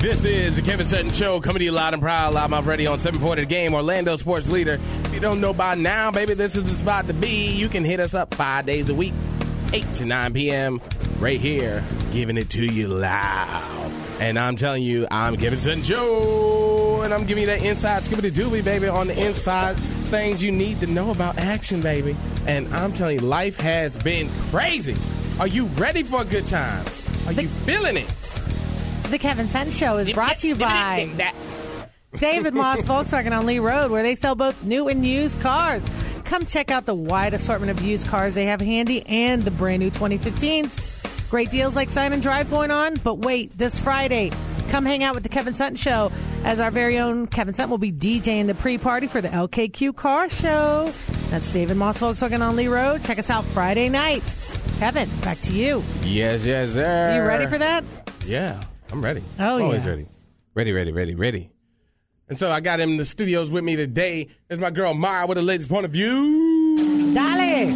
This is the Kevin Sutton Show, coming to you loud and proud, live on radio on 740 The Game, Orlando sports leader. If you don't know by now, baby, this is the spot to be. You can hit us up five days a week, 8 to 9 p.m., right here, giving it to you loud. And I'm telling you, I'm Kevin Sutton Joe, and I'm giving you that inside scoopity doobie, baby, on the inside things you need to know about action, baby. And I'm telling you, life has been crazy. Are you ready for a good time? Are you feeling it? The Kevin Sutton Show is brought to you by David Moss Volkswagen on Lee Road, where they sell both new and used cars. Come check out the wide assortment of used cars they have handy and the brand new 2015s. Great deals like sign and drive going on, but wait, this Friday, come hang out with the Kevin Sutton Show as our very own Kevin Sutton will be DJing the pre party for the LKQ Car Show. That's David Moss Volkswagen on Lee Road. Check us out Friday night. Kevin, back to you. Yes, yes, sir. Are you Uh, ready for that? Yeah, I'm ready. Oh, I'm always yeah. ready. Ready, ready, ready, ready. And so I got him in the studios with me today. There's my girl Mara with the latest point of view. Dolly!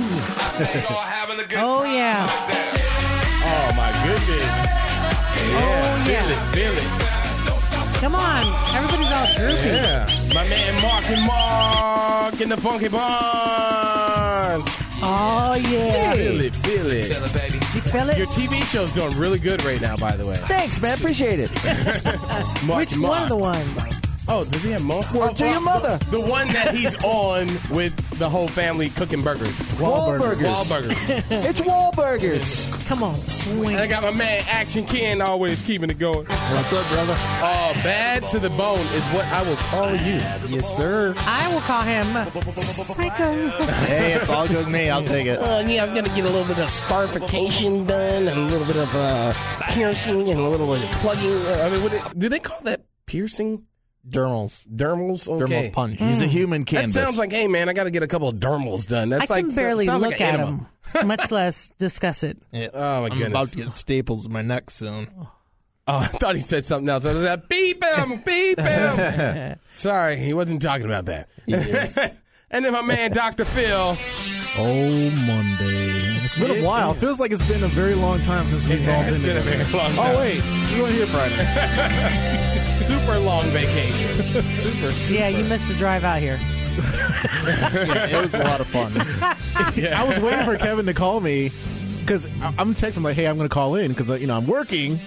Oh, yeah. Oh my goodness. Yeah, Oh, yeah. feel it, feel Come on. Everybody's all droopy. it. Yeah. My man Mark and Mark in the funky bunch. Oh, yeah. Feel it, feel it. You feel it? Your TV show's doing really good right now, by the way. Thanks, man. Appreciate it. Mark Which and one of Mark. the ones? Oh, does he have multiple? Word to your mother. The one that he's on with the whole family cooking burgers. Wahlburgers. Wahlburgers. It's Wahlburgers. Come on, and I swing. got my man Action Ken always keeping it going. What's up, brother? Oh, bad to the bone is what I will call you. Yes, sir. I will call him Psycho. Hey, it's all good with me. I'll take it. Uh, yeah, I'm gonna get a little bit of scarification done, and a little bit of uh, piercing, and a little bit of plugging. Uh, I mean, what it, do they call that piercing? Dermals. Dermals? Dermal Okay. punch. He's a human That canvas. sounds like, hey man, I got to get a couple of dermals done. That's I like can barely sounds look like an at enema. him, much less discuss it. Yeah. Oh, my I'm goodness. about to get staples in my neck soon. Oh, I thought he said something else. I was like, beep him, beep him. Sorry, he wasn't talking about that. and then my man Dr. Phil. Oh, Monday. It's been a while. Feels like it's been a very long time since we've all been Been a very there. long time. Oh, wait. You weren't here Friday. super long vacation. super, super. Yeah, you missed a drive out here. It was a lot of fun. I was waiting for Kevin to call me because I'm texting him like, hey, I'm going to call in because, you know, I'm working.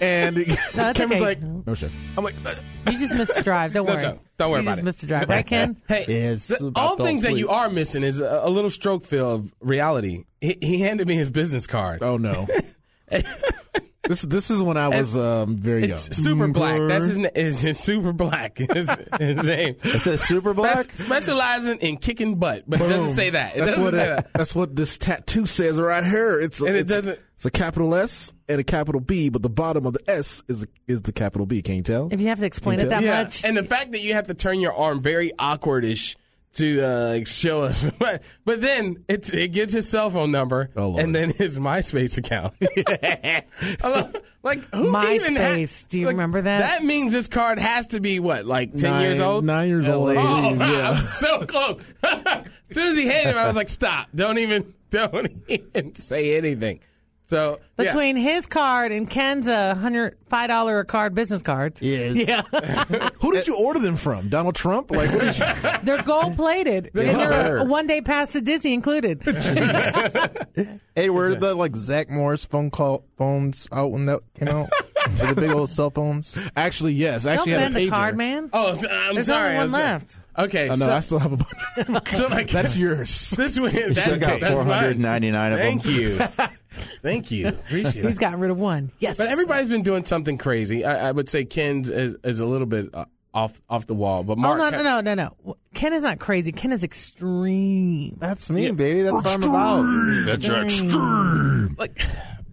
And that's okay. Kevin's like, no, sure. I'm like, "Uh, You just missed a drive. Don't No, worry. sir. Don't worry you about just it. missed a drive. Right, Ken? Hey, Yes, the, I all fell things that you asleep. are missing is a, a little stroke, Phil, of reality. He, he handed me his business card. oh, no. This this is when I was um, very young. It's super black. That's his, na- is his super black. Is his name. It says super black. Spe- specializing in kicking butt, but it doesn't Boom. say that. It that's doesn't what say it- that. that's what this tattoo says right here. It's a, And it it's, doesn't- It's a capital S and a capital B, but the bottom of the S is the, is the capital B. Can you tell? If you have to explain it that Yeah, much. and the fact that you have to turn your arm very awkwardish to uh, show us, but, but then it it gives his cell phone number Oh, Lord. and then his MySpace account. I love- like who even ha- MySpace, do you like, remember that? That means this card has to be what, like ten Nine- years old? Nine years old. Oh, Yeah. I was so close. as soon as he handed him, I was like, stop! Don't even, don't even say anything. So yeah. Between his card and Ken's a hundred five dollar a card business cards. Yes. Yeah. Who did you order them from? Donald Trump? Like, what did you, they're gold plated. and they're are. one day pass to Disney included. Hey, were the like Zach Morris phone call phones out when that came out? Were the big old cell phones. actually, yes. I Don't actually bend had a the pager. card, man. oh, so- I'm There's sorry. only one I'm sorry. left. Okay, I know. so, I still have a bunch. so like That's yours. This one, that, still got that's mine. 499 of them. Thank you, thank you, appreciate He's it. gotten rid of one. Yes. But everybody's been doing something crazy. I, I would say Ken's is, is a little bit uh, off off the wall, but Oh Mark, no no no no no! Ken is not crazy. Ken is extreme. That's me, baby. That's what I'm about. that's extreme. Like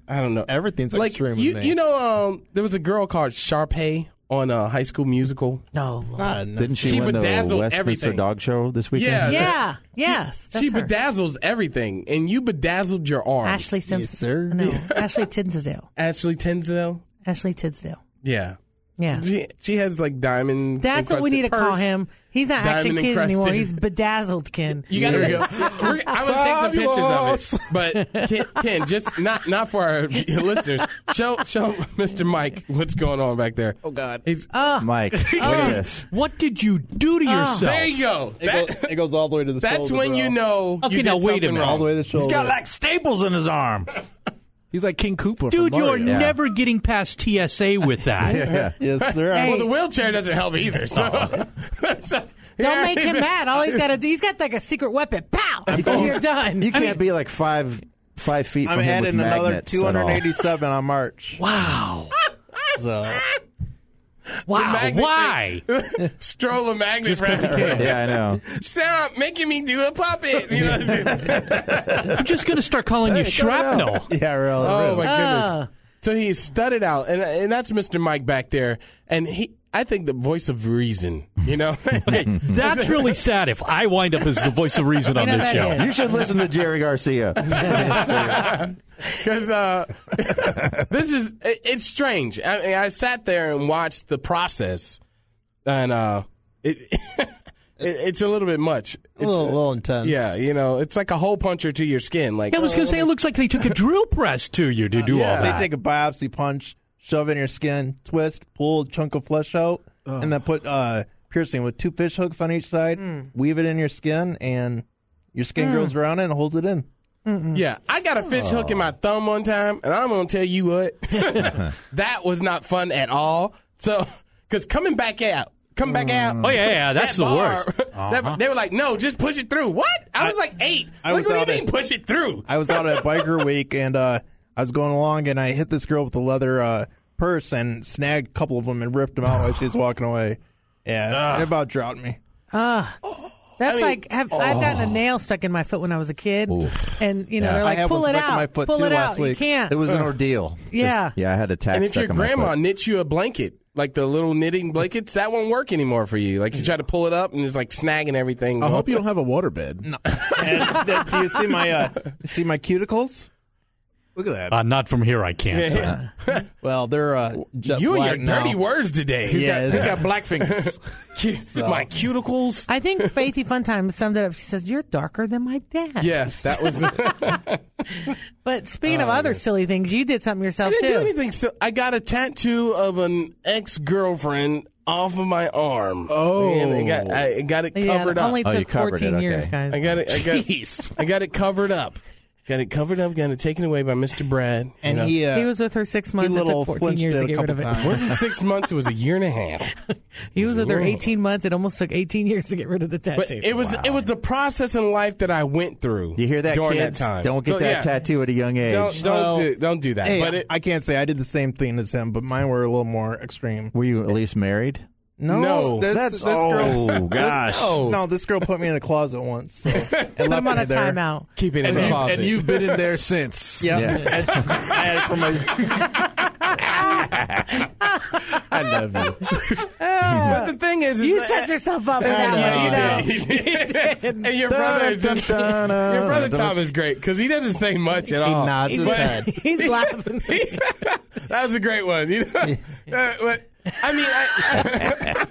I don't know, Everything's like extreme with you, me. you know, um, there was a girl called Sharpay on uh, High School Musical. No. Ah, no. Didn't she, She win the bedazzled Westminster everything. Dog Show this weekend? Yeah. Yeah. Yes. That's she her. bedazzles everything, and you bedazzled your arms. Ashley Simpson. Yes, sir. No. Ashley Tisdale. Ashley Tinsdale. Ashley Tisdale. Yeah. Yeah. She, she has like diamond. That's what we need to encrusted call purse. him. He's not actually Diamond kid anymore. encrusted. He's bedazzled Ken. You gotta go. We're- I'm gonna take some pictures of it, but Ken, Ken, just not not for our listeners. Show show Mr. Mike what's going on back there. Oh God, he's Mike, look at this. What did you do to yourself? there. You go. It, That- goes, it goes all the way to the that's shoulder, when bro. you know. Okay, you did now wait a something minute. wrong. all the way to the shoulder. He's got like staples in his arm. He's like King Koopa Dude, from you Mario. are never getting past TSA with that. yeah. Yes, sir. Well, the wheelchair doesn't help either. So, Uh-huh. So, Don't yeah, make he's him a- mad. All he's got to do, he's got like a secret weapon. Pow! You're done. You can't be like five five feet I'm from him with adding another magnets at all. 287 on March. Wow. So- Wow. magnet Why? Stroll a magnet around the kid. yeah, I know. Stop making me do a puppet. You know what I'm saying? I'm just going to start calling you shrapnel. Yeah, really. Oh my Ah. goodness! So he studded out, and and that's Mr. Mike back there, and he. I think the voice of reason, you know. That's really sad if I wind up as the voice of reason on You know this that show. is. You should listen to Jerry Garcia. Because uh, this is it, it's strange. I, mean, I sat there and watched the process, and uh, it, it it's a little bit much. a little, little intense. Yeah, you know, it's like a hole puncher to your skin. Like I was going to say, it looks like they took a drill press to you to do all They that. take a biopsy punch, shove it in your skin, twist, pull a chunk of flesh out, and then put uh, piercing with two fish hooks on each side, Hmm. weave it in your skin, and your skin grows around it and holds it in. Yeah, I got a fish hook in my thumb one time, and I'm gonna tell you what, that was not fun at all. So, because coming back out, come back out. Oh, yeah, yeah, that's the worst. that- they were like, no, just push it through. What? I was like eight. I Like, was what out do you mean at- push it through? I was out at biker week and uh, I was going along and I hit this girl with a leather uh, purse and snagged a couple of them and ripped them out while she was walking away. Yeah, it about dropped me. That's mean, like have, I've gotten a nail stuck in my foot when I was a kid, and you know they're I like, had pull one it stuck out, in my foot pull too it last out. You week. can't. It was an ordeal. Just- Yeah. yeah, I had a tack And if stuck your in my grandma foot. knits you a blanket, like the little knitting blankets, that won't work anymore for you. Like you try to pull it up, and it's like snagging everything. I hope you don't have a waterbed. And th- do you see my uh, you see my cuticles? Look at that. Uh, not from here, I can't. Well, they're uh, jet You and your black now. dirty words today. He's Yeah, got, he's it's- got black fingers. My cuticles. I think Faithy Fun Time summed it up. She says, "You're darker than my dad." Yes, that was. But speaking of other silly things, you did something yourself I didn't do too. anything. So I got a tattoo of an ex girlfriend off of my arm. Oh. and I got, I got it yeah, covered it up. only Oh, you took covered it, 14 years, okay. guys. I got it. I got, I got it covered up. Got it covered up. Got it taken away by Mr. Brad. And he uh, he was with her six he months. It little took 14 flinched years it to a get rid couple of it. times. wasn't six months. It was a year and a half. He was with her Ooh. 18 months. It almost took 18 years to get rid of the But tattoo. it was it was the process in life that I went through. You hear that, during kids? that time? Don't get So, that yeah, tattoo at a young age. Don't don't, Well, do, don't do that. Hey, but it, I can't say I did the same thing as him, but mine were a little more extreme. Were you at least married? No, No. this, That's this oh girl. gosh. oh, No, this girl put me in a closet once. So and left I'm on me a there. timeout. keep it in and, the you, closet. and you've been in there since. Yeah, Yeah. I had it for my. I love you. but the thing is, is You that- set yourself up for that one. You know. and your brother just uh, Your brother Tom is great because he doesn't say much at all. nods his But- head. He's laughing. that was a great one. You know, Uh, but, I mean, I,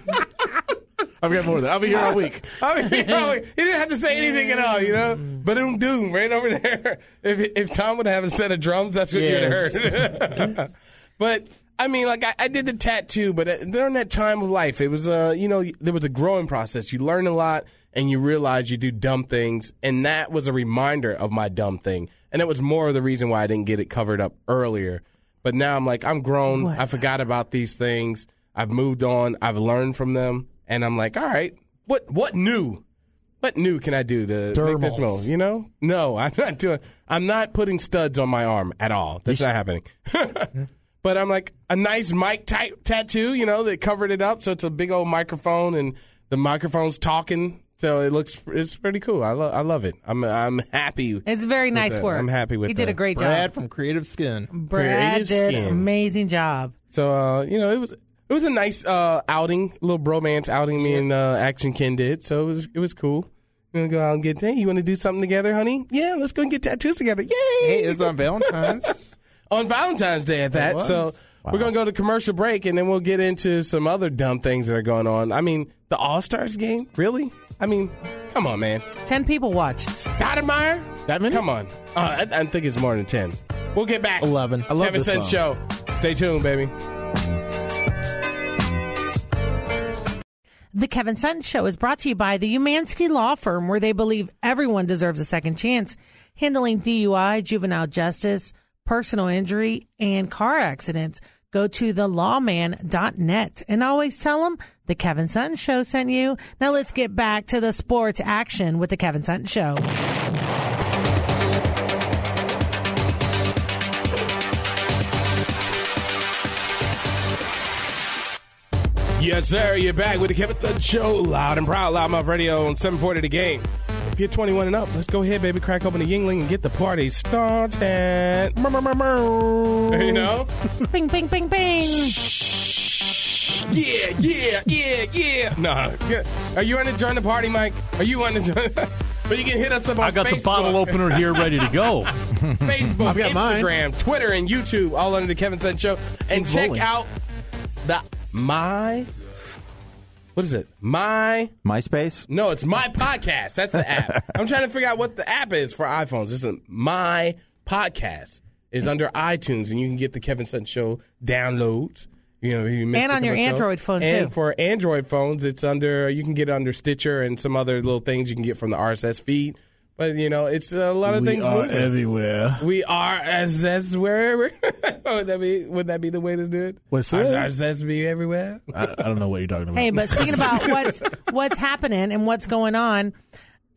I've got more than that. I'll be here all week. I mean, you know, he didn't have to say anything at all. You know, but um doom right over there. If if Tom would have a set of drums, that's what you'd have heard. but. I mean, like I, I did the tattoo, but uh, during that time of life, it was uh, you know, there was a growing process. You learn a lot, and you realize you do dumb things, and that was a reminder of my dumb thing, and it was more of the reason why I didn't get it covered up earlier. But now I'm like, I'm grown. I forgot about these things. I've moved on. I've learned from them, and I'm like, all right, what what new? What new can I do to make this Dermals. move? You know? No, I'm not doing. I'm not putting studs on my arm at all. That's not happening. but I'm like a nice mic ty- tattoo, you know, that covered it up, so it's a big old microphone, and the microphone's talking, so it looks it's pretty cool. I love I love it. I'm I'm happy. It's very nice that. work. I'm happy with He did that. a great Brad job. from Creative Skin. Brad Creative did skin. an amazing job. So uh, you know, it was it was a nice uh, outing, little bromance outing me and uh, Action Ken did. So it was it was cool. You want to go out and get hey, you want to do something together, honey? Yeah, let's go and get tattoos together. Yay! Hey, it was on Valentine's. on Valentine's Day at that. was. So We're going to go to commercial break and then we'll get into some other dumb things that are going on. I mean, the All Stars game? Really? I mean, come on, man. Ten people watched. Stoudemire? That many? Come on. Uh, I, I think it's more than 10. We'll get back. 11. I love Kevin this Sense Show. Stay tuned, baby. The Kevin Sutton Show is brought to you by the Umansky Law Firm, where they believe everyone deserves a second chance, handling DUI, juvenile justice, personal injury, and car accidents. Go to thelawman.net and always tell them the Kevin Sutton Show sent you. Now let's get back to the sports action with the Kevin Sutton Show. Yes, sir. You're back with the Kevin Thud Show, loud and proud, loud mouth radio on 740 The Game. If you're 21 and up, let's go ahead, baby. Crack open the Yingling and get the party started. You know? Bing, bing, bing, bing. Yeah, yeah, yeah, yeah. No, good. Are you wanting to join the party, Mike? Are you wanting to join? but you can hit us up on I got Facebook, the bottle opener here ready to go. Hmm. Facebook, got mine. Instagram, Twitter, and YouTube, all under the Kevin Sun Show. And Things check rolling. out the my. What is it? My MySpace? no, it's my podcast. That's the app. I'm trying to figure out what the app is for iPhones. This is my podcast is under iTunes, and you can get the Kevin Sutton Show downloads. You know, you missed And a on your couple shows. Android phone, And too. for Android phones, it's under. You can get it under Stitcher and some other little things you can get from the RSS feed. But you know, it's a lot of We things. are moving. everywhere. We are as as wherever. would that be? Would that be the way to do it? What's As- that? As as be everywhere. I, I don't know what you're talking about. Hey, but speaking about what's what's happening and what's going on,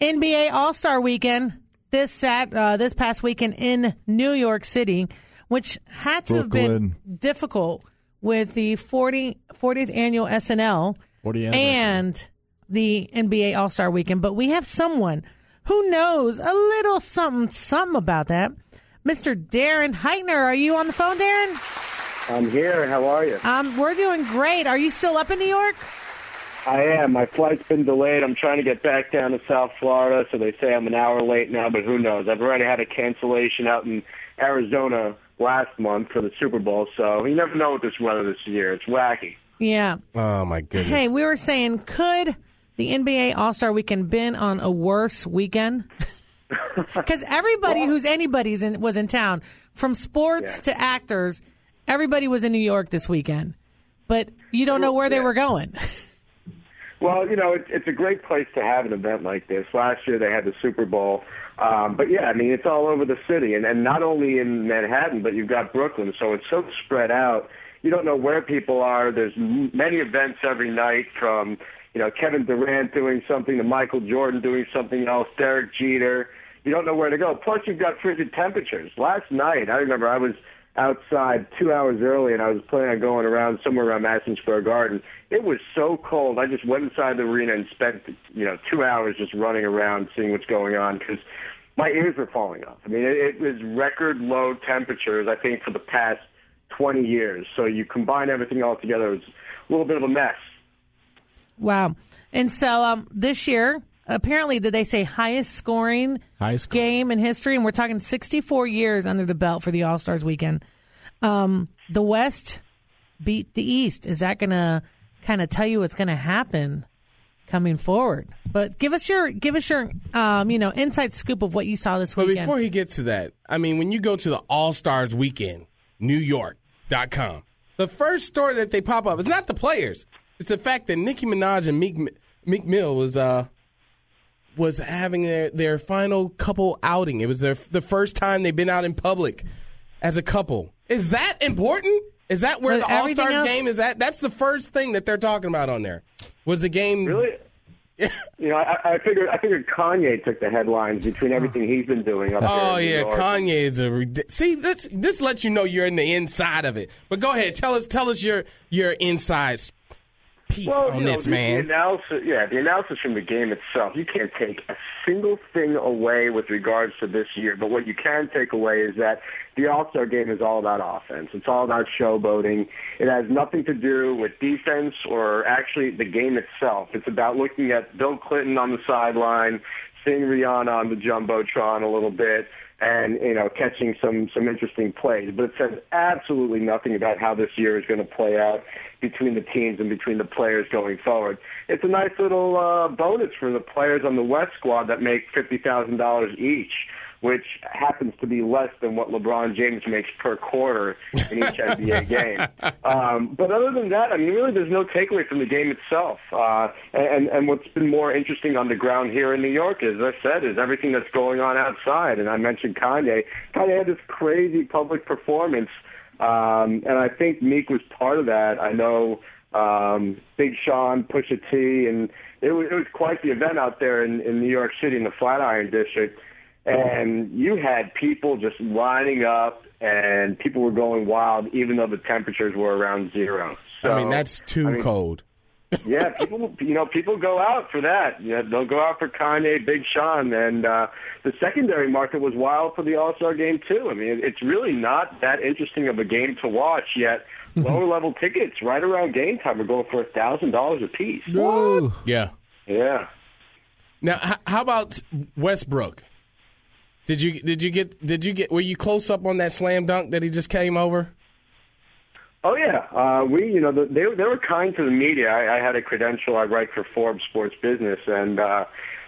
NBA All Star Weekend this sat uh, this past weekend in New York City, which had to have been Brooklyn. difficult with the 40, 40th annual SNL 40 anniversary. and the NBA All Star Weekend. But we have someone who knows a little something something about that. Mr. Darren Heitner, are you on the phone, Darren? I'm here. How are you? Um, we're doing great. Are you still up in New York? I am. My flight's been delayed. I'm trying to get back down to South Florida, so they say I'm an hour late now, but who knows? I've already had a cancellation out in Arizona last month for the Super Bowl, so you never know with this weather this year. It's wacky. Yeah. Oh my goodness! Hey, we were saying, could the NBA All Star Weekend been on a worse weekend? Because everybody who's anybody's in, was in town, from sports Yeah. to actors, everybody was in New York this weekend. But you don't know where they Yeah. were going. Well, you know, it, it's a great place to have an event like this. Last year they had the Super Bowl, um, but yeah, I mean, it's all over the city, and, and not only in Manhattan, but you've got Brooklyn, so it's so spread out. You don't know where people are. There's m- many events every night, from you know Kevin Durant doing something to Michael Jordan doing something else, Derek Jeter. You don't know where to go. Plus, you've got frigid temperatures. Last night, I remember I was outside two hours early, and I was planning on going around somewhere around Madison Square Garden. It was so cold. I just went inside the arena and spent, you know, two hours just running around, seeing what's going on, because my ears were falling off. I mean, it, it was record low temperatures, I think, for the past 20 years. So you combine everything all together, it's a little bit of a mess. wow. And so um, this year, apparently, did they say highest scoring Highest scoring. game in history? And we're talking 64 years under the belt for the All Stars Weekend. Um, the West beat the East. Is that going to kind of tell you what's going to happen coming forward? But give us your give us your um, you know inside scoop of what you saw this But weekend. before he gets to that, I mean, when you go to the All Stars Weekend, NewYork.com, the first story that they pop up is not the players. It's the fact that Nicki Minaj and Meek, Meek Mill was uh was having their, their final couple outing. It was their the first time they've been out in public as a couple. Is that important? Is that where But the All everything Stars else- game is at? That's the first thing that they're talking about on there. Was the game Really? You know, I, I figured I figured Kanye took the headlines between everything he's been doing up Oh here. in New yeah, York. Kanye is a rid- see. This this lets you know you're in the inside of it. But go ahead, tell us tell us your your insides piece on you know, this, the- man. The analysis, yeah, the analysis from the game itself, you can't take a single thing away with regards to this year. But what you can take away is that the All Star game is all about offense. It's all about showboating. It has nothing to do with defense or actually the game itself. It's about looking at Bill Clinton on the sideline, seeing Rihanna on the jumbotron a little bit. and you know catching some some interesting plays. But it says absolutely nothing about how this year is going to play out between the teams and between the players going forward. It's a nice little uh, bonus for the players on the West squad that make fifty thousand dollars each. Which happens to be less than what LeBron James makes per quarter in each NBA game. Um, but other than that, I mean, really, there's no takeaway from the game itself. Uh, and and what's been more interesting on the ground here in New York, as I said, is everything that's going on outside. And I mentioned Kanye. Kanye had this crazy public performance, um, and I think Meek was part of that. I know um, Big Sean, Pusha T, and it was, it was quite the event out there in, in New York City in the Flatiron District and you had people just lining up and people were going wild even though the temperatures were around zero so I mean, that's too I mean, cold. yeah people you know people go out for that yeah they'll go out for kanye big sean and uh the secondary market was wild for the all star game too i mean it's really not that interesting of a game to watch yet lower level tickets right around game time are going for a thousand dollars a piece Yeah. yeah Now, h- how about Westbrook? Did you did you get did you get were you close up on that slam dunk that he just came over? Oh yeah, uh, we you know the, they they were kind to the media. I, I had a credential. I write for Forbes Sports Business, and uh,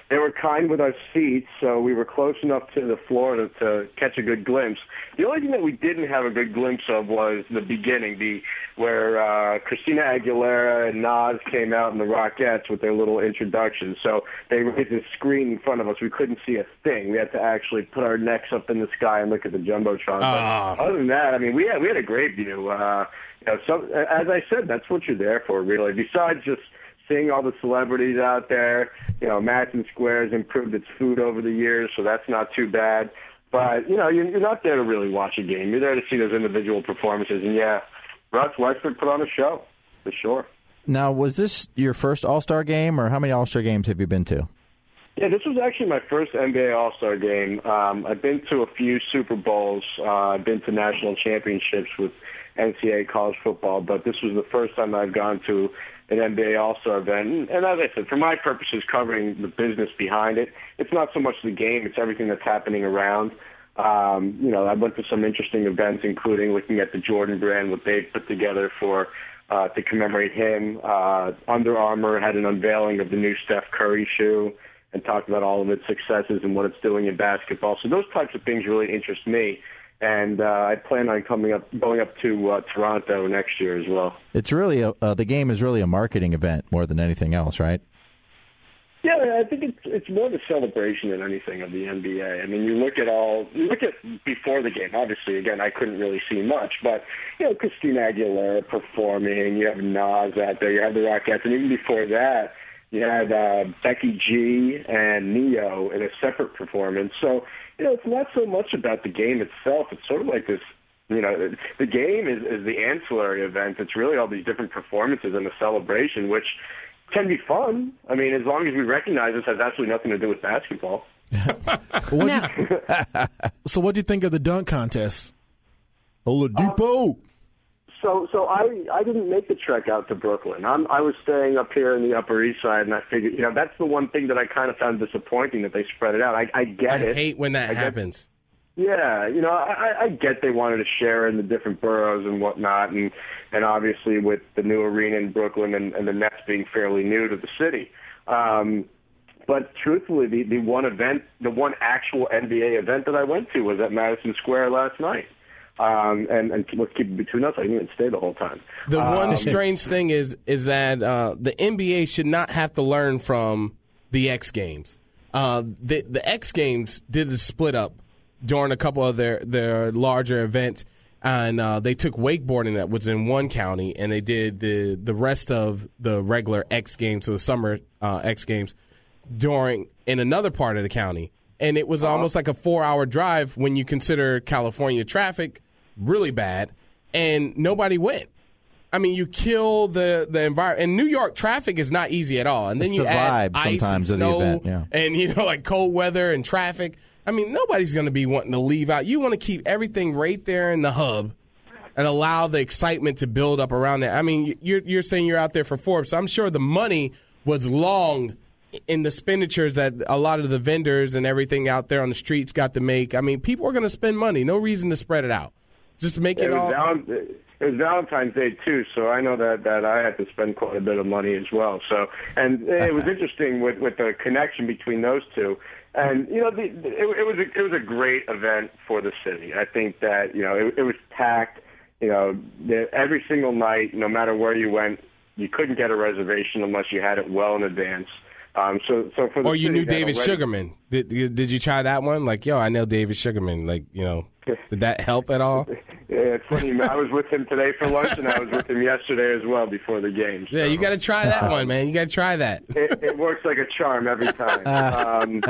they were kind with our seats, so we were close enough to the floor to, to catch a good glimpse. The only thing that we didn't have a good glimpse of was the beginning, the where uh, Christina Aguilera and Nas came out in the Rockettes with their little introduction. So they raised a screen in front of us. We couldn't see a thing. We had to actually put our necks up in the sky and look at the jumbotron. But Ah. other than that, I mean, we had we had a great view. Uh, you know, so as I said, that's what you're there for, really. Besides just seeing all the celebrities out there, you know, Madison Square's improved its food over the years, so that's not too bad. But you know, you're, you're not there to really watch a game. You're there to see those individual performances, and yeah, Russ Westbrook put on a show for sure. Now, was this your first All Star game, or how many All Star games have you been to? Yeah, this was actually my first NBA All Star game. Um, I've been to a few Super Bowls. Uh, I've been to national championships with NCAA college football, but this was the first time I've gone to an NBA All Star event. And, and as I said, for my purposes, covering the business behind it, it's not so much the game; it's everything that's happening around. Um, you know, I went to some interesting events, including looking at the Jordan brand, what they put together for uh, to commemorate him. Uh, Under Armour had an unveiling of the new Steph Curry shoe and talked about all of its successes and what it's doing in basketball. So those types of things really interest me, and uh, I plan on coming up, going up to uh, Toronto next year as well. It's really a, uh, the game is really a marketing event more than anything else, right? Yeah, I think it's it's more of a celebration than anything of the NBA. I mean, you look at all you look at before the game. Obviously, again, I couldn't really see much, but you know, Christina Aguilera performing. You have Nas out there. You have the Rockettes, and even before that, you had uh, Becky G and Neo in a separate performance. So you know, it's not so much about the game itself. It's sort of like this. You know, the game is, is the ancillary event. It's really all these different performances and the celebration, which can be fun. I mean, as long as we recognize this has absolutely nothing to do with basketball. What'd you- so, what do you think of the dunk contest? Oladipo. So, so I I didn't make the trek out to Brooklyn. I'm I was staying up here in the Upper East Side, and I figured, you know, that's the one thing that I kind of found disappointing that they spread it out. I, I get I it. hate when that happens. Yeah, you know, I, I I get they wanted to share in the different boroughs and whatnot, and and obviously with the new arena in Brooklyn and, and the Nets being fairly new to the city. Um, but truthfully, the the one event, the one actual NBA event that I went to was at Madison Square last night. Um, and and let's keep it between us. I didn't even stay the whole time. Uh, The one strange thing is is that uh, the NBA should not have to learn from the X Games. Uh, the the X Games did a split up during a couple of their their larger events, and uh, they took wakeboarding that was in one county, and they did the the rest of the regular X Games, so the summer uh, X Games, during in another part of the county, and it was almost like a four hour drive when you consider California traffic really bad, and nobody went. I mean, you kill the the environment. And New York traffic is not easy at all. And then It's you the add vibe ice sometimes and of the snow event, yeah. and you know like cold weather and traffic. I mean, nobody's going to be wanting to leave out. You want to keep everything right there in the hub and allow the excitement to build up around that. I mean, you're you're saying you're out there for Forbes. So I'm sure the money was long in the expenditures that a lot of the vendors and everything out there on the streets got to make. I mean, people are going to spend money. No reason to spread it out. Just make It it all. was, Valen- it was Valentine's Day too, so I know that that I had to spend quite a bit of money as well. So, and it was interesting with with the connection between those two. And you know, the, it, it was a, it was a great event for the city. I think that you know it, it was packed. You know, the, every single night, no matter where you went, you couldn't get a reservation unless you had it well in advance. Um, so, so for the Or you city knew to have a David wedding- Sugarman. Did, did you try that one? Like, yo, I know David Sugarman. Like, you know, did that help at all? Yeah, it's funny. I was with him today for lunch, and I was with him yesterday as well before the game. Yeah, you got to try that one, man. You got to try that. it, it works like a charm every time. Um,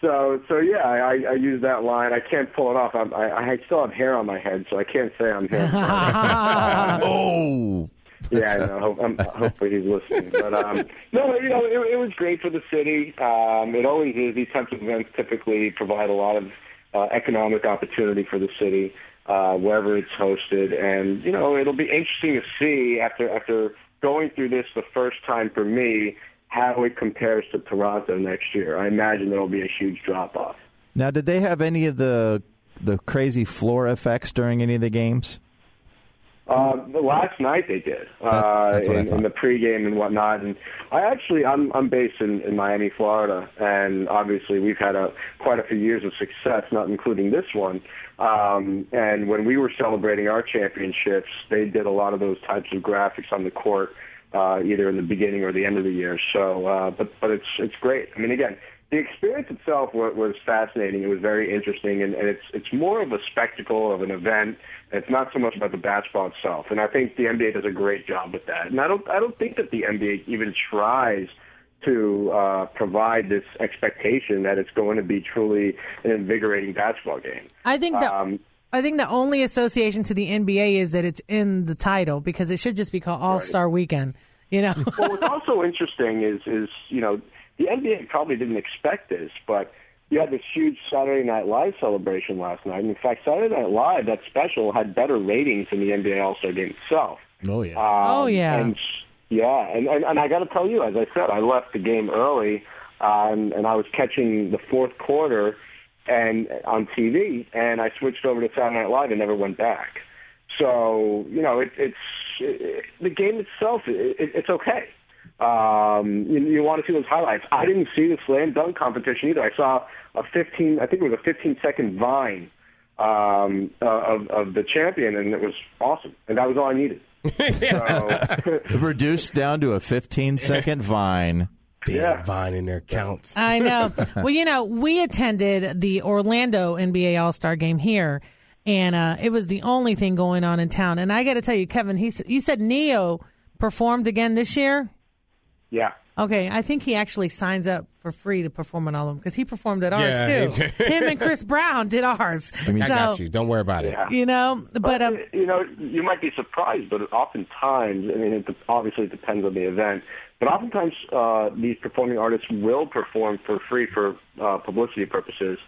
so, so yeah, I, I use that line. I can't pull it off. I'm, I, I still have hair on my head, so I can't say I'm hair. Uh, Oh, yeah, I know. Hope- I'm, hopefully he's listening. But um, no, you know, it, it was great for the city. Um, it always is. These types of events typically provide a lot of uh, economic opportunity for the city uh, wherever it's hosted, and you know, it'll be interesting to see after after going through this the first time for me how it compares to Toronto next year. I imagine there'll be a huge drop off. now did they have any of the the crazy floor effects during any of the games? Uh, the last night they did uh, that's what I in, thought. in the pregame and whatnot. And I actually, I'm I'm based in, in Miami, Florida, and obviously we've had a quite a few years of success, not including this one. Um, and when we were celebrating our championships, they did a lot of those types of graphics on the court, uh, either in the beginning or the end of the year. So, uh, but but it's it's great. I mean, again. The experience itself was, was fascinating. It was very interesting, and, and it's it's more of a spectacle of an event it's not so much about the basketball itself, and I think the NBA does a great job with that. And I don't, I don't think that the NBA even tries to uh, provide this expectation that it's going to be truly an invigorating basketball game. I think the Um, I think the only association to the NBA is that it's in the title because it should just be called All Star Weekend. You know, well, what's also interesting is is you know the NBA probably didn't expect this, but you had this huge Saturday Night Live celebration last night. And in fact, Saturday Night Live that special had better ratings than the NBA All Star Game itself. Oh yeah. Um, Oh, yeah. and, yeah, and and, and I got to tell you, as I said, I left the game early, um, and I was catching the fourth quarter, and on TV, and I switched over to Saturday Night Live and never went back. So you know, it, it's it, the game itself. It, it, it's okay. Um, you, you want to see those highlights. I didn't see the slam dunk competition either. I saw a 15. I think it was a 15 second vine um, uh, of of the champion, and it was awesome. And that was all I needed. So, Reduced down to a 15 second vine. Damn, Yeah. Vine in their counts. I know. Well, you know, we attended the Orlando NBA All Star Game here, and uh, it was the only thing going on in town. And I got to tell you, Kevin, he s- you said Neo performed again this year. yeah. Okay, I think he actually signs up for free to perform on all of them because he performed at ours Yeah, too. he did. Him and Chris Brown did ours. I so, got you. Don't worry about it. Yeah. you know, but um, you know, you might be surprised, but oftentimes, I mean, it, de- obviously it depends on the event, but oftentimes uh, these performing artists will perform for free for uh, publicity purposes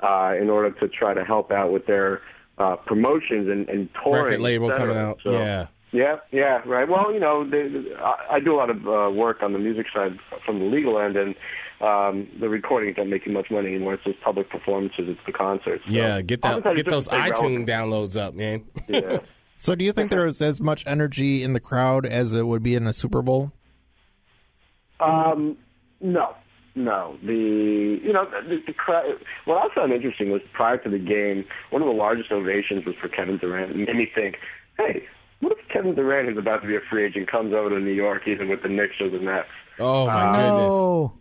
uh, in order to try to help out with their uh, promotions and, and touring. Record label et cetera. coming out. So- Yeah. Yeah, yeah, right. Well, you know, the, I, I do a lot of uh, work on the music side from the legal end, and um, the recordings don't make you much money anymore. It's just public performances, it's the concerts. So Yeah, get that, oftentimes get it's just those to stay iTunes relevant. downloads up, man. Yeah. So, do you think there was as much energy in the crowd as it would be in a Super Bowl? Um, no, no. The you know the, the crowd. What I found interesting was prior to the game, one of the largest ovations was for Kevin Durant. It made me think, hey, what if Kevin Durant is about to be a free agent comes over to New York, either with the Knicks or the Nets? Oh my goodness. no.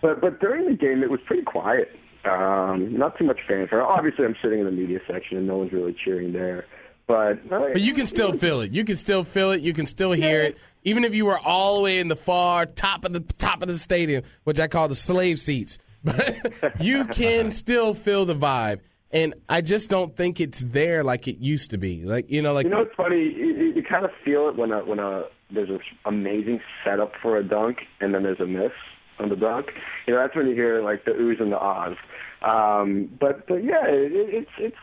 But but during the game, it was pretty quiet. Um, not too much fanfare. Obviously, I'm sitting in the media section, and no one's really cheering there. But But you can still feel it. You can still feel it. You can still hear it. Even if you were all the way in the far top of the top of the stadium, which I call the slave seats, but you can still feel the vibe. And I just don't think it's there like it used to be. Like you know, like You know, it's funny. You, you- you kind of feel it when a when a there's an amazing setup for a dunk, and then there's a miss on the dunk. You know, that's when you hear like the oohs and the ahs. Um, but but yeah, it, it, it's it's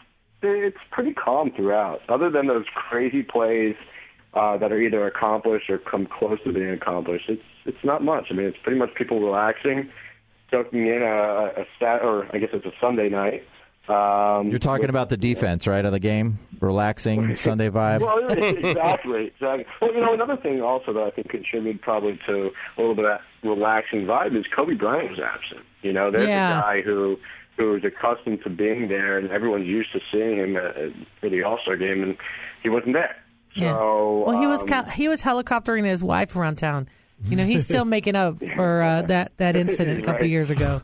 it's pretty calm throughout, other than those crazy plays uh, that are either accomplished or come close to being accomplished. It's it's not much. I mean, it's pretty much people relaxing, soaking in a, a sat or I guess it's a Sunday night. Um, You're talking about the defense, right, of the game? Relaxing Sunday vibe. well, exactly, exactly. Well, you know, another thing also that I think contributed probably to a little bit of that relaxing vibe is Kobe Bryant was absent. You know, there's Yeah. a guy who who is accustomed to being there, and everyone's used to seeing him uh, for the All Star game, and he wasn't there. So, Yeah. well, he was um, ca- he was helicoptering his wife around town. You know, he's still making up for uh, that that incident a couple Right. years ago.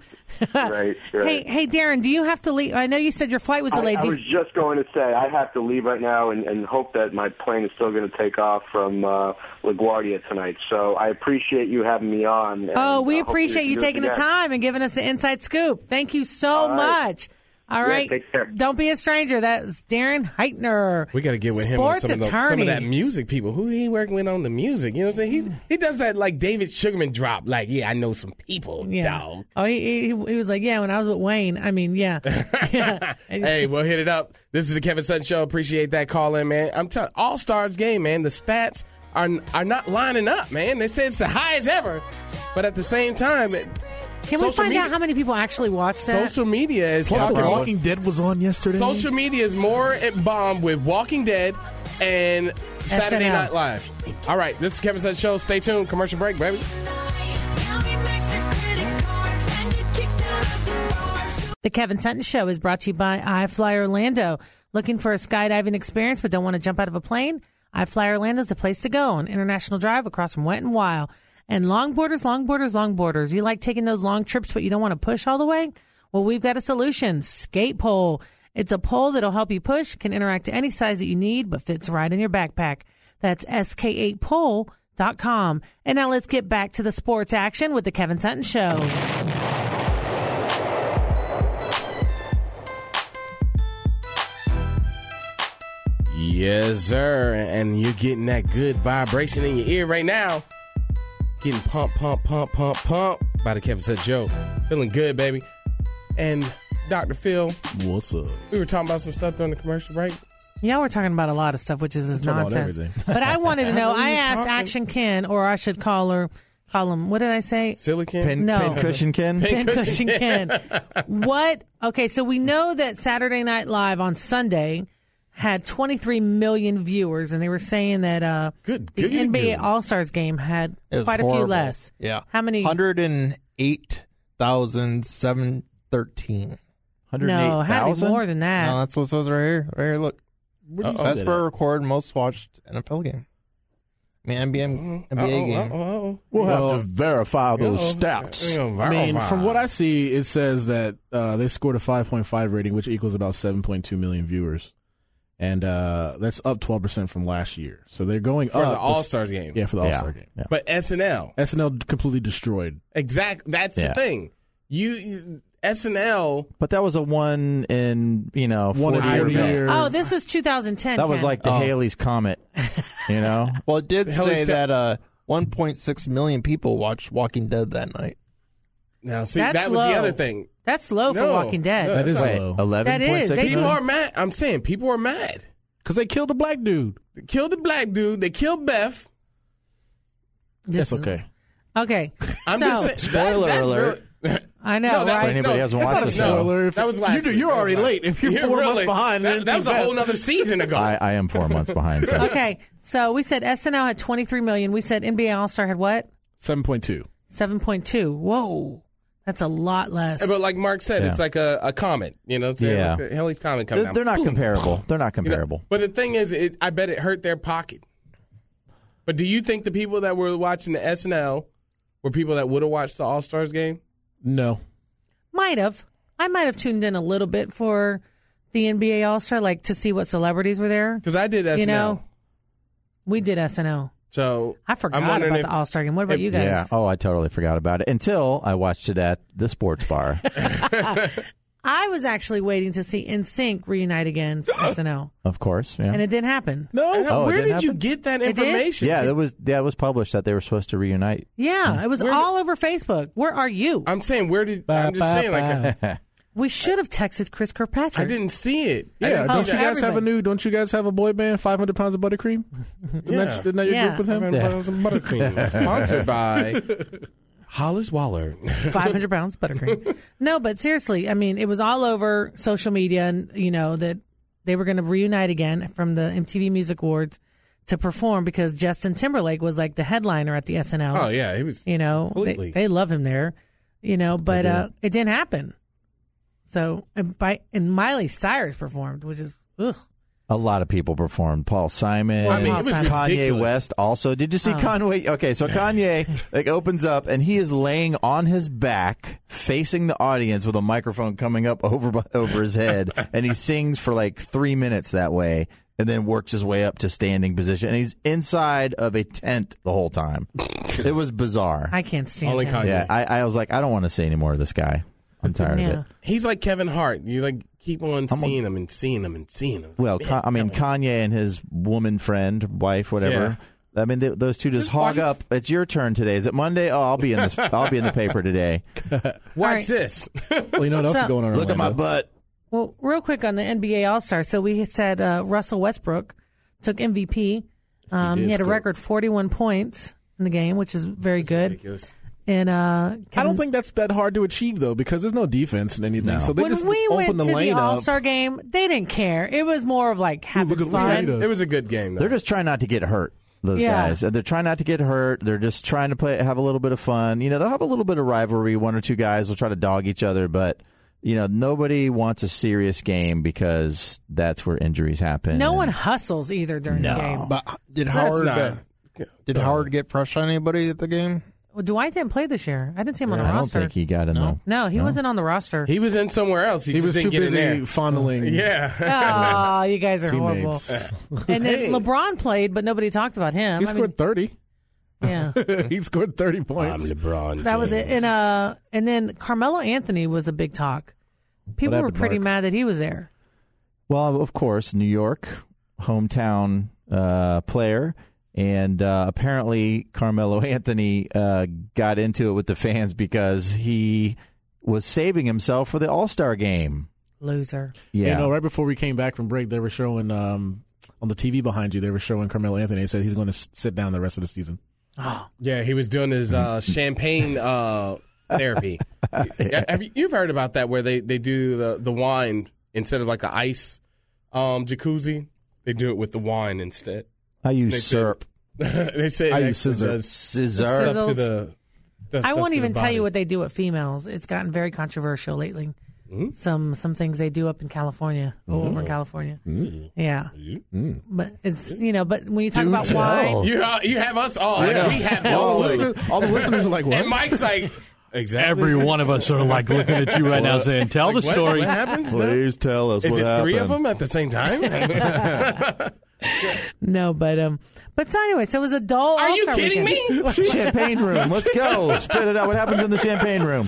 right, right. Hey, hey, Darren, do you have to leave? I know you said your flight was I, delayed. I Do- was just going to say I have to leave right now and, and hope that my plane is still going to take off from uh, LaGuardia tonight. So I appreciate you having me on. and, oh, uh, hopefully we appreciate can you do taking the this again. time and giving us the inside scoop. Thank you so right. much. All Yeah, right. take care. Don't be a stranger. That's Darren Heitner. We got to get with him on sports some of, the, attorney. some of that music people. Who he working with on the music? You know what I'm saying? He's, he does that like David Sugarman drop. Like, yeah, I know some people, yeah. dog. Oh, he, he, he was like, yeah, when I was with Wayne. I mean, yeah. yeah. Hey, we'll hit it up. This is the Kevin Sutton Show. Appreciate that call in, man. I'm telling All Stars game, man. The stats are are not lining up, man. They say it's the highest ever, but at the same time, it, Can we social find media, out how many people actually watch that? social media is Plus, talking The about- Walking Dead was on yesterday. Social media is more at bomb with Walking Dead and Saturday SNL. Night Live. All right, this is Kevin Sutton Show. Stay tuned. Commercial break, baby. The Kevin Sutton Show is brought to you by iFly Orlando. Looking for a skydiving experience but don't want to jump out of a plane? iFly Orlando is the place to go on International Drive across from Wet and Wild. And longboarders, longboarders, longboarders. You like taking those long trips but you don't want to push all the way? Well, we've got a solution Skate Pole. It's a pole that'll help you push, can interact to any size that you need, but fits right in your backpack. That's sk8pole.com. And now let's get back to the sports action with the Kevin Sutton Show. Yes, sir. And you're getting that good vibration in your ear right now. Getting pump, pump, pump, pump, pump by the Kevin Sutton Show. Feeling good, baby. And Dr. Phil, What's up? we were talking about some stuff during the commercial break. Y'all were talking about a lot of stuff, which is, is about nonsense. everything. But I wanted to know. I was asked talking- Action Ken, or I should call her, call him. What did I say? Silicon. Pin, No. pin cushion, Ken. Pincushion Ken. What? Okay, so we know that Saturday Night Live on Sunday had 23 million viewers, and they were saying that uh, Good the giggity NBA goo. All Stars game had It was quite a few horrible. less. Yeah. How many? Hundred and eight thousand seven thirteen. No, had to be 108,000? more than that. No, that's what it says right here. Right here, look. That's for a record most watched NFL game. I mean NBA, NBA Uh-oh, game. uh-oh, uh-oh. We'll Well, have to verify Uh-oh. those stats. Yeah, I mean, verify. from what I see, it says that uh, they scored a 5.5 rating, which equals about 7.2 million viewers, and uh, that's up 12 percent from last year. So they're going For up the All Stars game. Yeah, for the All Star game. But SNL. SNL completely destroyed. Exactly. That's Yeah. the thing. You, you SNL. But that was a one in you know One in 40 forty event. years. Oh. oh, this is 2010. That was Ken. like the Haley's comet, you know. Well, it did hell is say ca- that uh, 1.6 million people watched Walking Dead that night. Now, see, That's that was the low. other thing. that's low for No. Walking Dead. No. That is Wait, low eleven point That is, six. they People do- are mad. I'm saying people are mad. because they killed a black dude. They killed the black dude. They killed Beth. That's This- okay. Okay, I'm so just saying. Spoiler alert. really- I know, that right? was- anybody hasn't that's watched not the a show. spoiler. That was last. You do- week. you're That was already last late. week. If you're four months behind, that, then that too was a bad. whole other season ago. I, I am four months behind. So. Okay, so we said SNL had 23 million. We said NBA All Star had what? 7.2. 7.2. Whoa, that's a lot less. but like Mark said, Yeah. it's like a, a comment. You know, Yeah. yeah. like a Haley's comment coming They're, out. they're not Boom. comparable. They're not You know, comparable. But the thing is, it, I bet it hurt their pocket. But do you think the people that were watching the SNL were people that would have watched the All Stars game? No. Might have. I might have tuned in a little bit for the NBA All Star, like to see what celebrities were there. Because I did SNL. You know, we did SNL. so I forgot I'm wondering about if, the All Star game. What about if- you guys? Yeah. Oh, I totally forgot about it until I watched it at the sports bar. I was actually waiting to see NSYNC reunite again for SNL, of course. Yeah. and it didn't happen. No, Oh, it where did didn't you happen? get that It did? information? yeah, that was that was published that they were supposed to reunite. Yeah, it was all over Facebook. Where are you? I'm saying where did I'm just saying like We should have texted Chris Kirkpatrick. I didn't see it. Yeah, I Oh, don't see you guys that. have a everything. new? Don't you guys have a boy band? Five hundred pounds of buttercream. Isn't Yeah. that, isn't that your Yeah. group with him? Yeah. Buttercream. Sponsored by Hollis Waller. 500 pounds buttercream. no, but seriously, I mean, it was all over social media, and you know that they were going to reunite again from the MTV Music Awards to perform because Justin Timberlake was like the headliner at the SNL. Oh yeah, he was. You know, Completely. they, they love him there. You know, but uh, it didn't happen. So and by and Miley Cyrus performed, which is ugh. A lot of people performed. Paul Simon, I mean, it was Kanye ridiculous. West. Also, did you see Oh. Kanye? Okay, so Kanye like opens up and he is laying on his back, facing the audience with a microphone coming up over bu- over his head, and he sings for like three minutes that way, and then works his way up to standing position, and he's inside of a tent the whole time. it was bizarre. I can't stand Only him. Kanye. yeah, I, I was like, I don't want to see any more of this guy. I'm tired of Yeah. it. He's like Kevin Hart. You like keep on I'm a- seeing him and seeing him and seeing him. Well, Ka- I mean, Kanye and his woman friend, wife, whatever. I mean, th those two just His hog wife? up. It's your turn today. Is it Monday? Oh, I'll be in this. I'll be in the paper today. Watch right. this. Well, you know what else is So- going on? in Look at my Orlando? butt. Well, real quick on the NBA All Star. So we had said uh, Russell Westbrook took MVP. Um, he, did had a score. record 41 points in the game, which is very good. Ridiculous. And uh, I don't Kevin- think that's that hard to achieve though, because there's no defense and anything. So they when just we open went the to the lane All up. Star game, they didn't care. It was more of like having look at fun. Lillard. It was a good game. They're Though. just trying not to get hurt. Those Yeah. guys. They're trying not to get hurt. They're just trying to play, have a little bit of fun. You know, they'll have a little bit of rivalry. One or two guys will try to dog each other, but you know, nobody wants a serious game because that's where injuries happen. No And- one hustles either during the game. But did That's Howard not- uh, did Howard get pressure on anybody at the game? Well, Dwight didn't play this year. I didn't see him on the I don't roster. think he got in the. no, he wasn't on the roster. He was in somewhere else. He, He just was didn't too get in busy there. fondling. Yeah. oh, you guys are horrible. teammates. And then LeBron played, but nobody talked about him. He I scored thirty. mean, yeah. he scored thirty I'm points. LeBron. That was it. James. And uh, and then Carmelo Anthony was a big talk. People What were happened, pretty Mark? mad that he was there. Well, of course, New York, hometown uh, player. And uh, apparently, Carmelo Anthony uh, got into it with the fans because he was saving himself for the All Star game. Loser. Yeah. You know, right before we came back from break, they were showing um, on the TV behind you. They were showing Carmelo Anthony. They said he's going to sit down the rest of the season. Yeah, he was doing his uh, champagne uh, therapy. Have you, you've heard about that where they, they do the, the wine instead of like a ice um, jacuzzi? They do it with the wine instead. I They use say- SERP. they say it I actually use scissor. does Scissor. stuff to Sizzles. the. does I stuff won't to the even tell body. you what they do with females. It's gotten very controversial lately. Mm-hmm. Some some things they do up in California, or over in California. Mm-hmm. Yeah, but it's you know, but when you talk about wine, You, are- you have us all. We have all, no the clue. listeners, all the listeners are like, And "What?" Mike's like, exactly. Every one of us are like looking at you right now saying, tell the What- story. What, happens? Please tell us Is what it happened. three of them at the same time? no, but um, but so anyway, so it was a dull. Are you All-Star kidding weekend. me? champagne room. Let's go. Spit it out. What happens in the champagne room?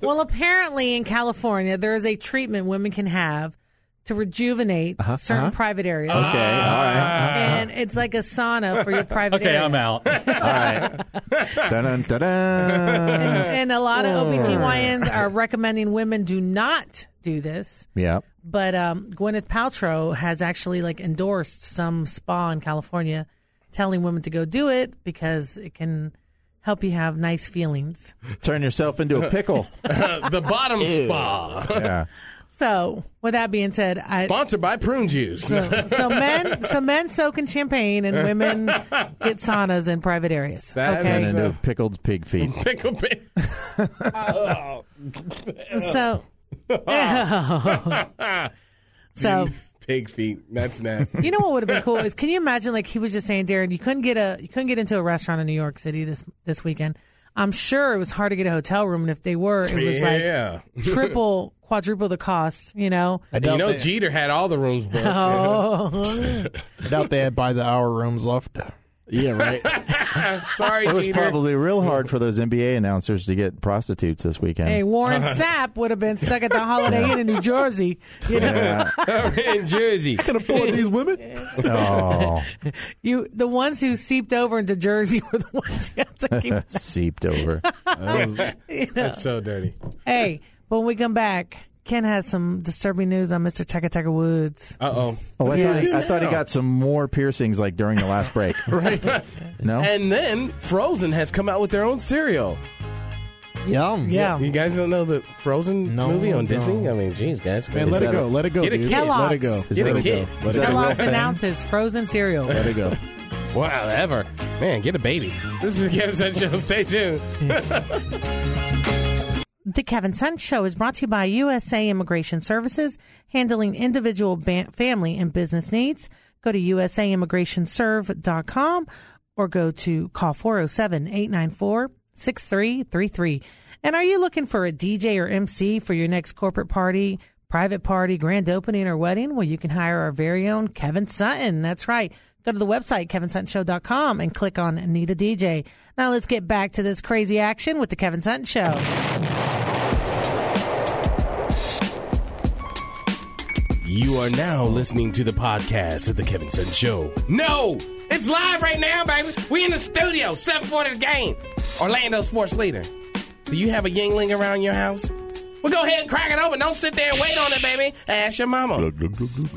Well, apparently in California, there is a treatment women can have to rejuvenate certain private areas, Okay. All right. and it's like a sauna for your private. Okay, area. I'm out. All right. Dun, dun, dun. and a lot of OBGYNs are recommending women do not do this. Yeah. But um, Gwyneth Paltrow has actually like endorsed some spa in California, telling women to go do it because it can help you have nice feelings. Turn yourself into a pickle. the bottom spa. Yeah. So, with that being said, I. Sponsored by Prune Juice. So, so men, so men soak in champagne, and women get saunas in private areas. That Turn is okay, uh, into pickled pig feet. Pickle pig. Oh, so so pig feet. That's nasty. You know what would have been cool is can you imagine like he was just saying, Darren, you couldn't get a you couldn't get into a restaurant in New York City this this weekend. I'm sure it was hard to get a hotel room, and if they were, it was like yeah. triple, quadruple the cost. You know, I You doubt, know, they, Jeter had all the rooms booked. I doubt they had by the hour rooms left. Yeah, right. Sorry, It was Jeter. probably real hard for those NBA announcers to get prostitutes this weekend. hey, Warren Sapp would have been stuck at the Holiday Inn in New Jersey. You know, Yeah. in Jersey. can afford these women. oh, you the ones who seeped over into Jersey were the ones you had to keep. seeped over. That's so dirty. hey, but when we come back, Ken has some disturbing news on Mr. Tekka Tekka Woods. Uh oh. Oh, I, thought he, I Yes. thought he got some more piercings like during the last break. right? No. And then Frozen has come out with their own cereal. Yum. Yeah. You guys don't know the Frozen No, movie on no. Disney? I mean, jeez, guys. Man, let Is that it go. Let it go. Get a dude. kid. Let it go. Kellogg's. Get a let kid. it go. Let it go. Kellogg's announces frozen cereal. Let it go. a- Wow, ever. Man, get a baby. This is the Kevin Sun Show. Stay tuned. The Kevin Sun Show is brought to you by USA Immigration Services, handling individual, ba- family, and business needs. Go to usaimmigrationserve.com or go to call 407 894 6333. And are you looking for a DJ or MC for your next corporate party, private party, grand opening, or wedding? Well, you can hire our very own Kevin Sutton. That's right. Go to the website, kevinsuttonshow.com, and click on Need a DJ. Now let's get back to this crazy action with the Kevin Sutton Show. You are now listening to the podcast of the Kevin Sun Show. No! It's live right now, baby. We in the studio, 740 the game. Orlando sports leader. Do you have a yingling around your house? Well, go ahead and crack it open. Don't sit there and wait on it, baby. Ask your mama.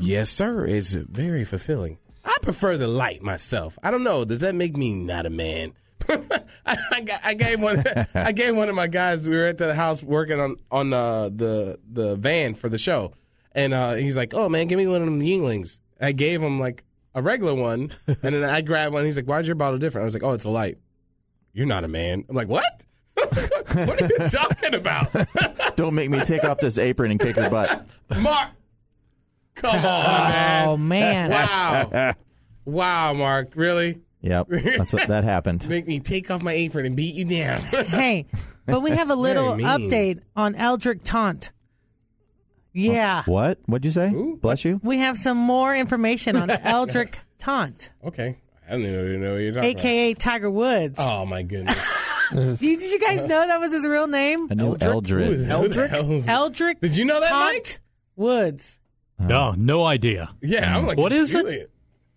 yes, sir. It's very fulfilling. I prefer the light myself. I don't know. Does that make me not a man? I, I, ga- I gave one. I gave one of my guys. We were at the house working on on uh, the the van for the show, and uh, he's like, "Oh man, give me one of them Yinglings." I gave him like a regular one, and then I grabbed one. He's like, "Why's your bottle different?" I was like, "Oh, it's a light." You're not a man. I'm like, "What? what are you talking about?" Don't make me take off this apron and kick your butt. Mark, come on, man. Oh man. Wow. wow, Mark. Really? Yep. That's what that happened. Make me take off my apron and beat you down. hey, but we have a little mean. update on Eldrick Taunt. Yeah. What? What'd you say? Bless you. We have some more information on Eldrick Taunt, okay. I don't even know what you're talking aka Tiger Woods. about. Oh, my goodness. Did did you guys know that was his real name? I knew Who Eldred. is Eldrick? Eldrick Did you know that, Taunt Mike? Woods. No, no idea. Yeah, I'm like, What is it? really?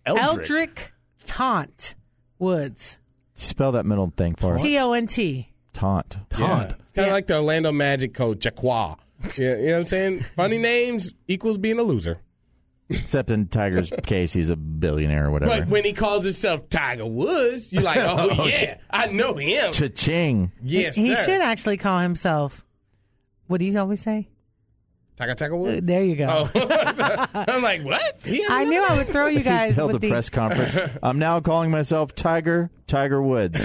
Eldrick Taunt Woods. Spell that middle thing for us. T O N T. Taunt. Yeah. It's kind of Yeah. like the Orlando Magic coach, Jaqua. Yeah, you know what I'm saying? Funny names equals being a loser. Except in Tiger's case, he's a billionaire or whatever. But when he calls himself Tiger Woods, you're like, oh, yeah, I know him. Cha-ching. Yes, he sir. should actually call himself. What do you always say? Tiger, Tiger Uh, Woods. There you go. I'm like, what? Oh. He has Uh, I knew I would throw you guys Held with a press conference. I'm now calling myself Tiger Tiger Woods.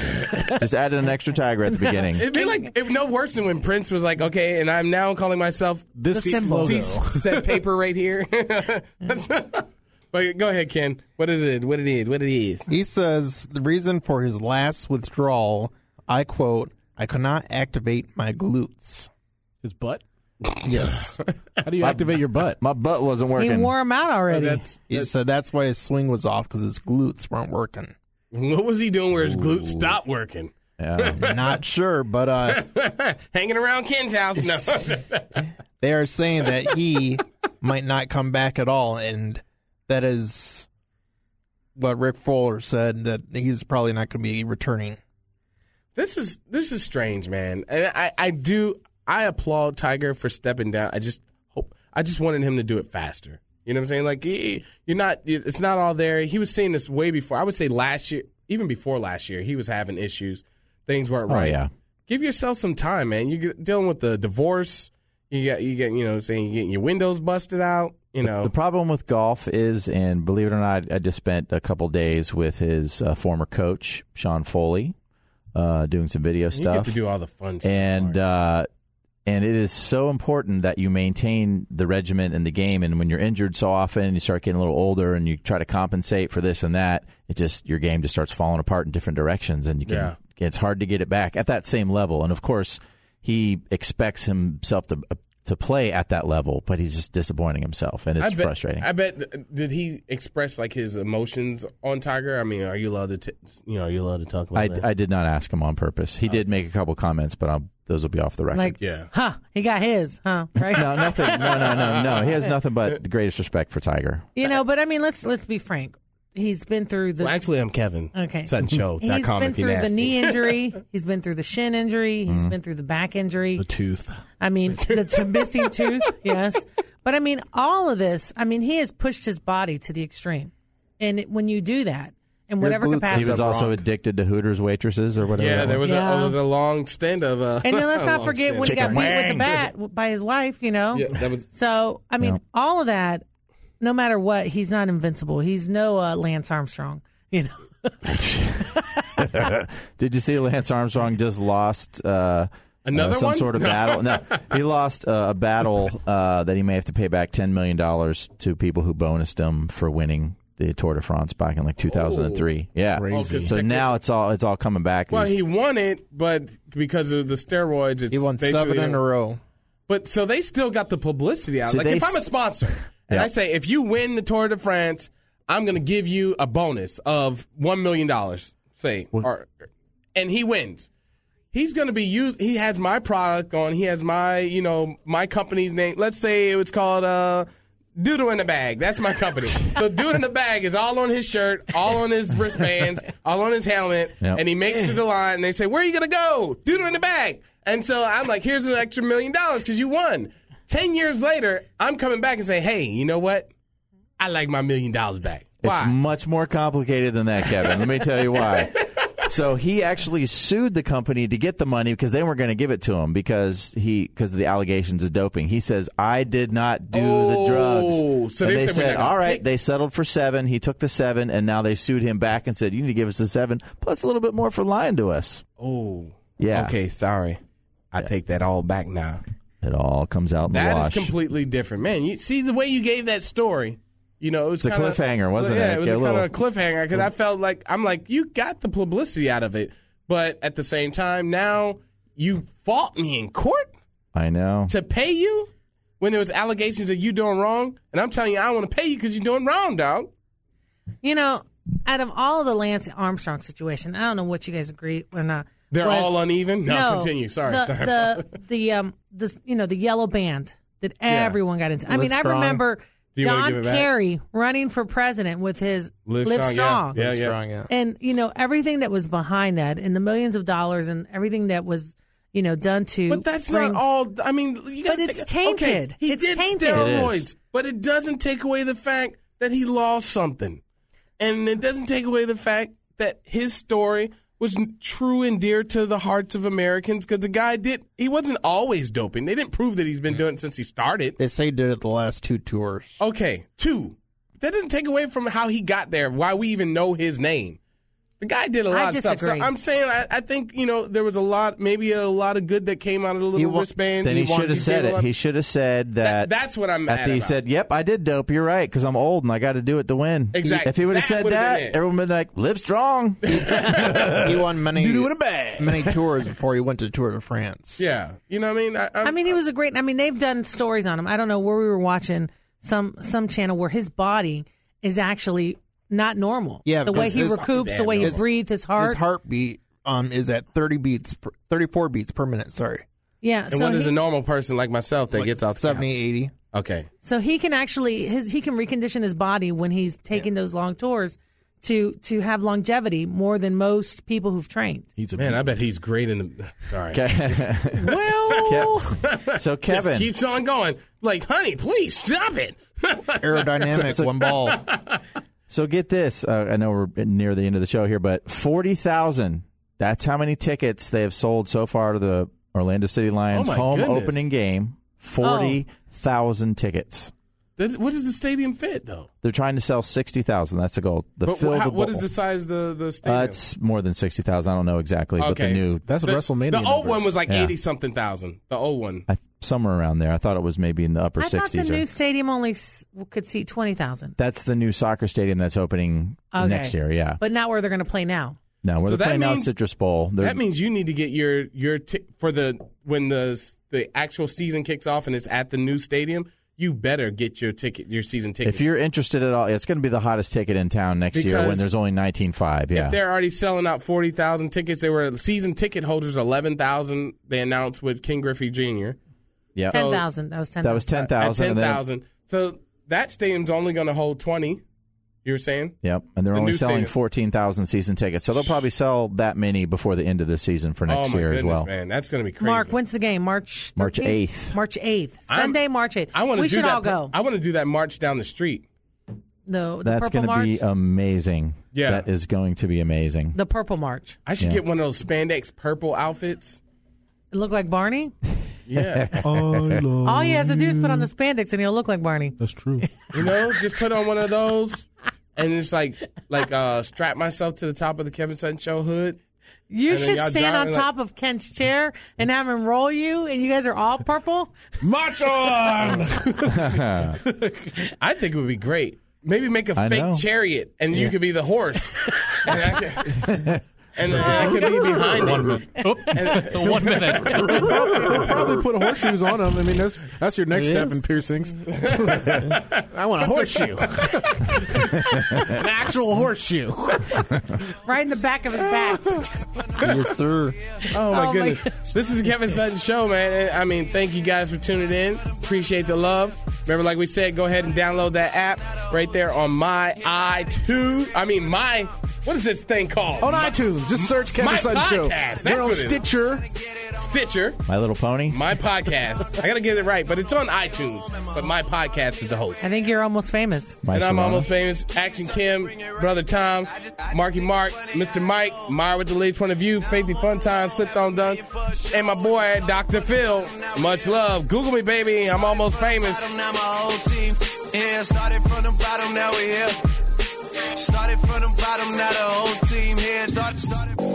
Just added an extra tiger at the beginning. It'd be like it'd be no worse than when Prince was like, "Okay, and I'm now calling myself This see- symbol. see Said paper right here. but go ahead, Ken. What is it? What it is? What it is? He says the reason for his last withdrawal, I quote, I could not activate my glutes. His butt. Yes. How do you activate your butt? My butt wasn't the. He working. wore him out already. That's, he said that's why his swing was off because his glutes weren't working. what was he doing where his glutes stopped working? Yeah. Not sure, but uh, Hanging around Ken's house? No. they are saying that he might not come back at all, and that is what Rick Fuller said that he's probably not going to be returning. This is this is strange, man. And I, I do I applaud Tiger for stepping down. I just hope I just wanted him to do it faster. You know what I'm saying? Like he, you're not it's not all there. He was seeing this way before. I would say last year, even before last year, he was having issues. Things weren't Oh, right. yeah. Give yourself some time, man. You're dealing with the divorce. You got you get you know what I'm saying you're getting your windows busted out. You know The problem with golf is, and believe it or not, I just spent a couple days with his uh, former coach, Sean Foley, uh, doing some video you get stuff. to do all the fun stuff. and uh, and it is so important that you maintain the regiment in the game. And when you're injured so often, you start getting a little older, and you try to compensate for this and that. It just your game just starts falling apart in different directions, and you can. Yeah. It's hard to get it back at that same level. And of course, he expects himself to to play at that level, but he's just disappointing himself, and it's bet, frustrating. I bet. uh, Did he express like his emotions on Tiger? I mean, are you allowed to? T- you know, are you allowed to talk about I, that? I did not ask him on purpose. Oh. He did make a couple comments, but i those will be off the record. Like, yeah. huh, he got his, huh? Right? no, nothing. No, no, no, no. He has nothing but the greatest respect for Tiger. You know, but I mean, let's let's be frank. he's been through the Well, actually, I'm Kevin. Okay. He's Suttonshow.com been if you through the nasty. knee injury. He's been through the shin injury. He's been through the back injury. The tooth. I mean, the t- missing tooth. Yes. But I mean, all of this, I mean, he has pushed his body to the extreme. And it- when you do that, in whatever glutes capacity. He was also Bronc. addicted to Hooters waitresses or whatever. Yeah, that there was, Yeah. A, there was a long stand of. Uh, And then let's not long forget stand. when he got Chicken beat with the wing. bat w- by his wife, you know? Yeah, that was So, I mean, all of that, no matter what, he's not invincible. He's no uh, Lance Armstrong, you know? Did you see Lance Armstrong just lost uh, Another uh, some one? sort of No. battle? No, he lost uh, a battle uh, that he may have to pay back ten million dollars to people who bonused him for winning the Tour de France back in like two thousand and three. Yeah, Oh, 'cause so check now it's all it's all coming back. Well, He's- he won it, but because of the steroids, it's He won basically- seven in a row. But so they still got the publicity out. See, like they if I'm a s- sponsor and Yeah. I say if you win the Tour de France, I'm going to give you a bonus of one million dollars. Say, or, and he wins. He's going to be used. He has my product on. He has my you know my company's name. Let's say it's called. Uh, Doodle in the bag. That's my company. so Doodle in the bag is all on his shirt, all on his wristbands, all on his helmet, Yep. and he makes it to the line. And they say, "Where are you gonna go? Doodle in the bag." And so I'm like, "Here's an extra million dollars because you won." Ten years later, I'm coming back and say, "Hey, you know what? I like my million dollars back." It's Why? much more complicated than that, Kevin. Let me tell you why. So he actually sued the company to get the money because they weren't going to give it to him because he because of the allegations of doping. He says I did not do Oh, the drugs. so And they they said, "We're not said, gonna all right, fix." they settled for seven. He took the seven, and now they sued him back and said you need to give us the seven plus a little bit more for lying to us. Oh, Yeah, okay, sorry. I take that all back now. It all comes out in the That is wash. completely different, man. You see the way you gave that story. You know, it was It's a kinda- cliffhanger, wasn't yeah, it? it was Yeah, a a kind of a little- cliffhanger because I felt like I'm like you got the publicity out of it, but at the same time now you fought me in court I know. to pay you when there was allegations of you doing wrong, and I'm telling you I want to pay you because you're doing wrong, dog. You know, out of all the Lance Armstrong situation, I don't know what you guys agree or not. They're was- all uneven. No, continue. Sorry, the, sorry. The the um the you know the yellow band that everyone got into. I mean, I Livestrong. remember Do you wanna give John it back? Kerry running for president with his Live, Strong, yeah, yeah, yeah. Strong, yeah. and you know everything that was behind that, and the millions of dollars, and everything that was you know done to. But that's bring- not all. I mean, you gotta But it's take- okay, tainted. he It's did tainted. steroids, It is. but it doesn't take away the fact that he lost something, and it doesn't take away the fact that his story was n- true and dear to the hearts of Americans because the guy did. He wasn't always doping. They didn't prove that he's been doing it since he started. They say he did it the last two tours. Okay, two. That doesn't take away from how he got there. Why we even know his name. The guy did a lot of stuff. So disagree. I'm saying I, I think you know there was a lot, maybe a lot of good that came out of the little wa- wristbands. Then he, wanted should to have said give a it. lot- He should have said that. that's what I'm at mad the- He about. said, "Yep, I did dope. You're right, because I'm old and I got to do it to win." Exactly. If he would have That said would've that, been it. everyone would have been like, "Live strong." He won many Dude, what a bag. many tours before he went to the Tour de France. yeah, you know what I mean. I, I'm- I mean, he was a great. I mean, they've done stories on him. I don't know where we were watching some some channel where his body is actually not normal. Yeah, the way because he his- recoups, the way he His- breathes, his heart. His heartbeat um, is at 30 beats, per, 34 beats per minute, sorry. yeah. and so what he, is a normal person like myself that gets off 70, 80. Okay, So he can actually his he can recondition his body when he's taking those long tours to to have longevity more than most people who've trained. He's a man, I bet he's great in the. Sorry, well, so just Kevin, keeps on going. Like, honey, please stop it. Aerodynamic, one ball. so get this. Uh, I know we're near the end of the show here, but forty thousand. That's how many tickets they have sold so far to the Orlando City Lions Oh, my home goodness. Oh. opening game. Forty thousand tickets. Does- what does the stadium fit though? They're trying to sell sixty thousand. That's the goal. The But fill wha- the what is bowl. the size of the the stadium? Uh, it's more than sixty thousand. I don't know exactly, but Okay. the new That's the, WrestleMania. The old numbers. one was like Yeah. eighty something thousand. The old one. I, somewhere around there. I thought it was maybe in the upper I thought the sixties. new Or, stadium only s- could seat twenty thousand. that's the new soccer stadium that's opening Okay. next year. Yeah. But not where they're going to play now. no, we're So that playing now means- Citrus Bowl. They're- That means you need to get your your ti- for the when the s- the actual season kicks off and it's at the new stadium. You better get your ticket, your season ticket. if you're interested at all, it's going to be the hottest ticket in town next year Because when there's only nineteen five. Yeah. If they're already selling out 40,000 tickets, they were season ticket holders 11,000 they announced with King Griffey Jr. yeah. Ten thousand. That was ten. that was ten thousand. at 10,000. So that stadium's only going to hold 20 You were saying? Yep, and they're The only new selling stadium. fourteen thousand season tickets, so they'll probably sell that many before the end of the season for next oh my year goodness, as well. man, that's going to be crazy. Mark, when's the game? March 13th? March 8th. March 8th. I'm- Sunday, March 8th. I want to. We do should that all go. I want to do that march down the street. no, the That's Purple going to March. be uh, amazing. Yeah. that is going to be amazing. the Purple March. I should get one of those spandex purple outfits. It look like Barney? Yeah, All he has to do is put on the spandex and he'll look like Barney. That's true. you know, just put on one of those. And it's like, like, uh, strap myself to the top of the Kevin Sutton Show hood. You And then should y'all stand on driving, like- top of Ken's chair and have him roll you, and you guys are all purple. March on! I think it would be great. Maybe make a I fake know. chariot, and you could be the horse. and I could, and I could be behind One it. minute. Oh, the one minute. They'll probably put horseshoes on them. I mean, that's that's your next step in piercings. I want a horseshoe, an actual horseshoe. right in the back of his back. yes, sir. Oh my my goodness. This is the Kevin Sutton Show, man. And, I mean, thank you guys for tuning in. Appreciate the love. Remember, like we said, go ahead and download that app right there on my i2. I mean, my, what is this thing called? On iTunes, just search Kevin My Sutton Show. podcast, that's We're on what it is. Stitcher. Stitcher, My Little Pony. my podcast. I got to get it right, but it's on iTunes. But my podcast is the host. I think you're almost famous. My And I'm Shalana. almost famous. Action Kim, Brother Tom, Marky Mark, Mr. Mike, Myra with the latest point of view, Faithy Fun Time, Slipped on Done, and my boy Dr. Phil. Much love. Google me, baby. I'm almost famous. Now my whole team, yeah, started from the bottom, now we here. Started from the bottom, now the whole team here. Started, started.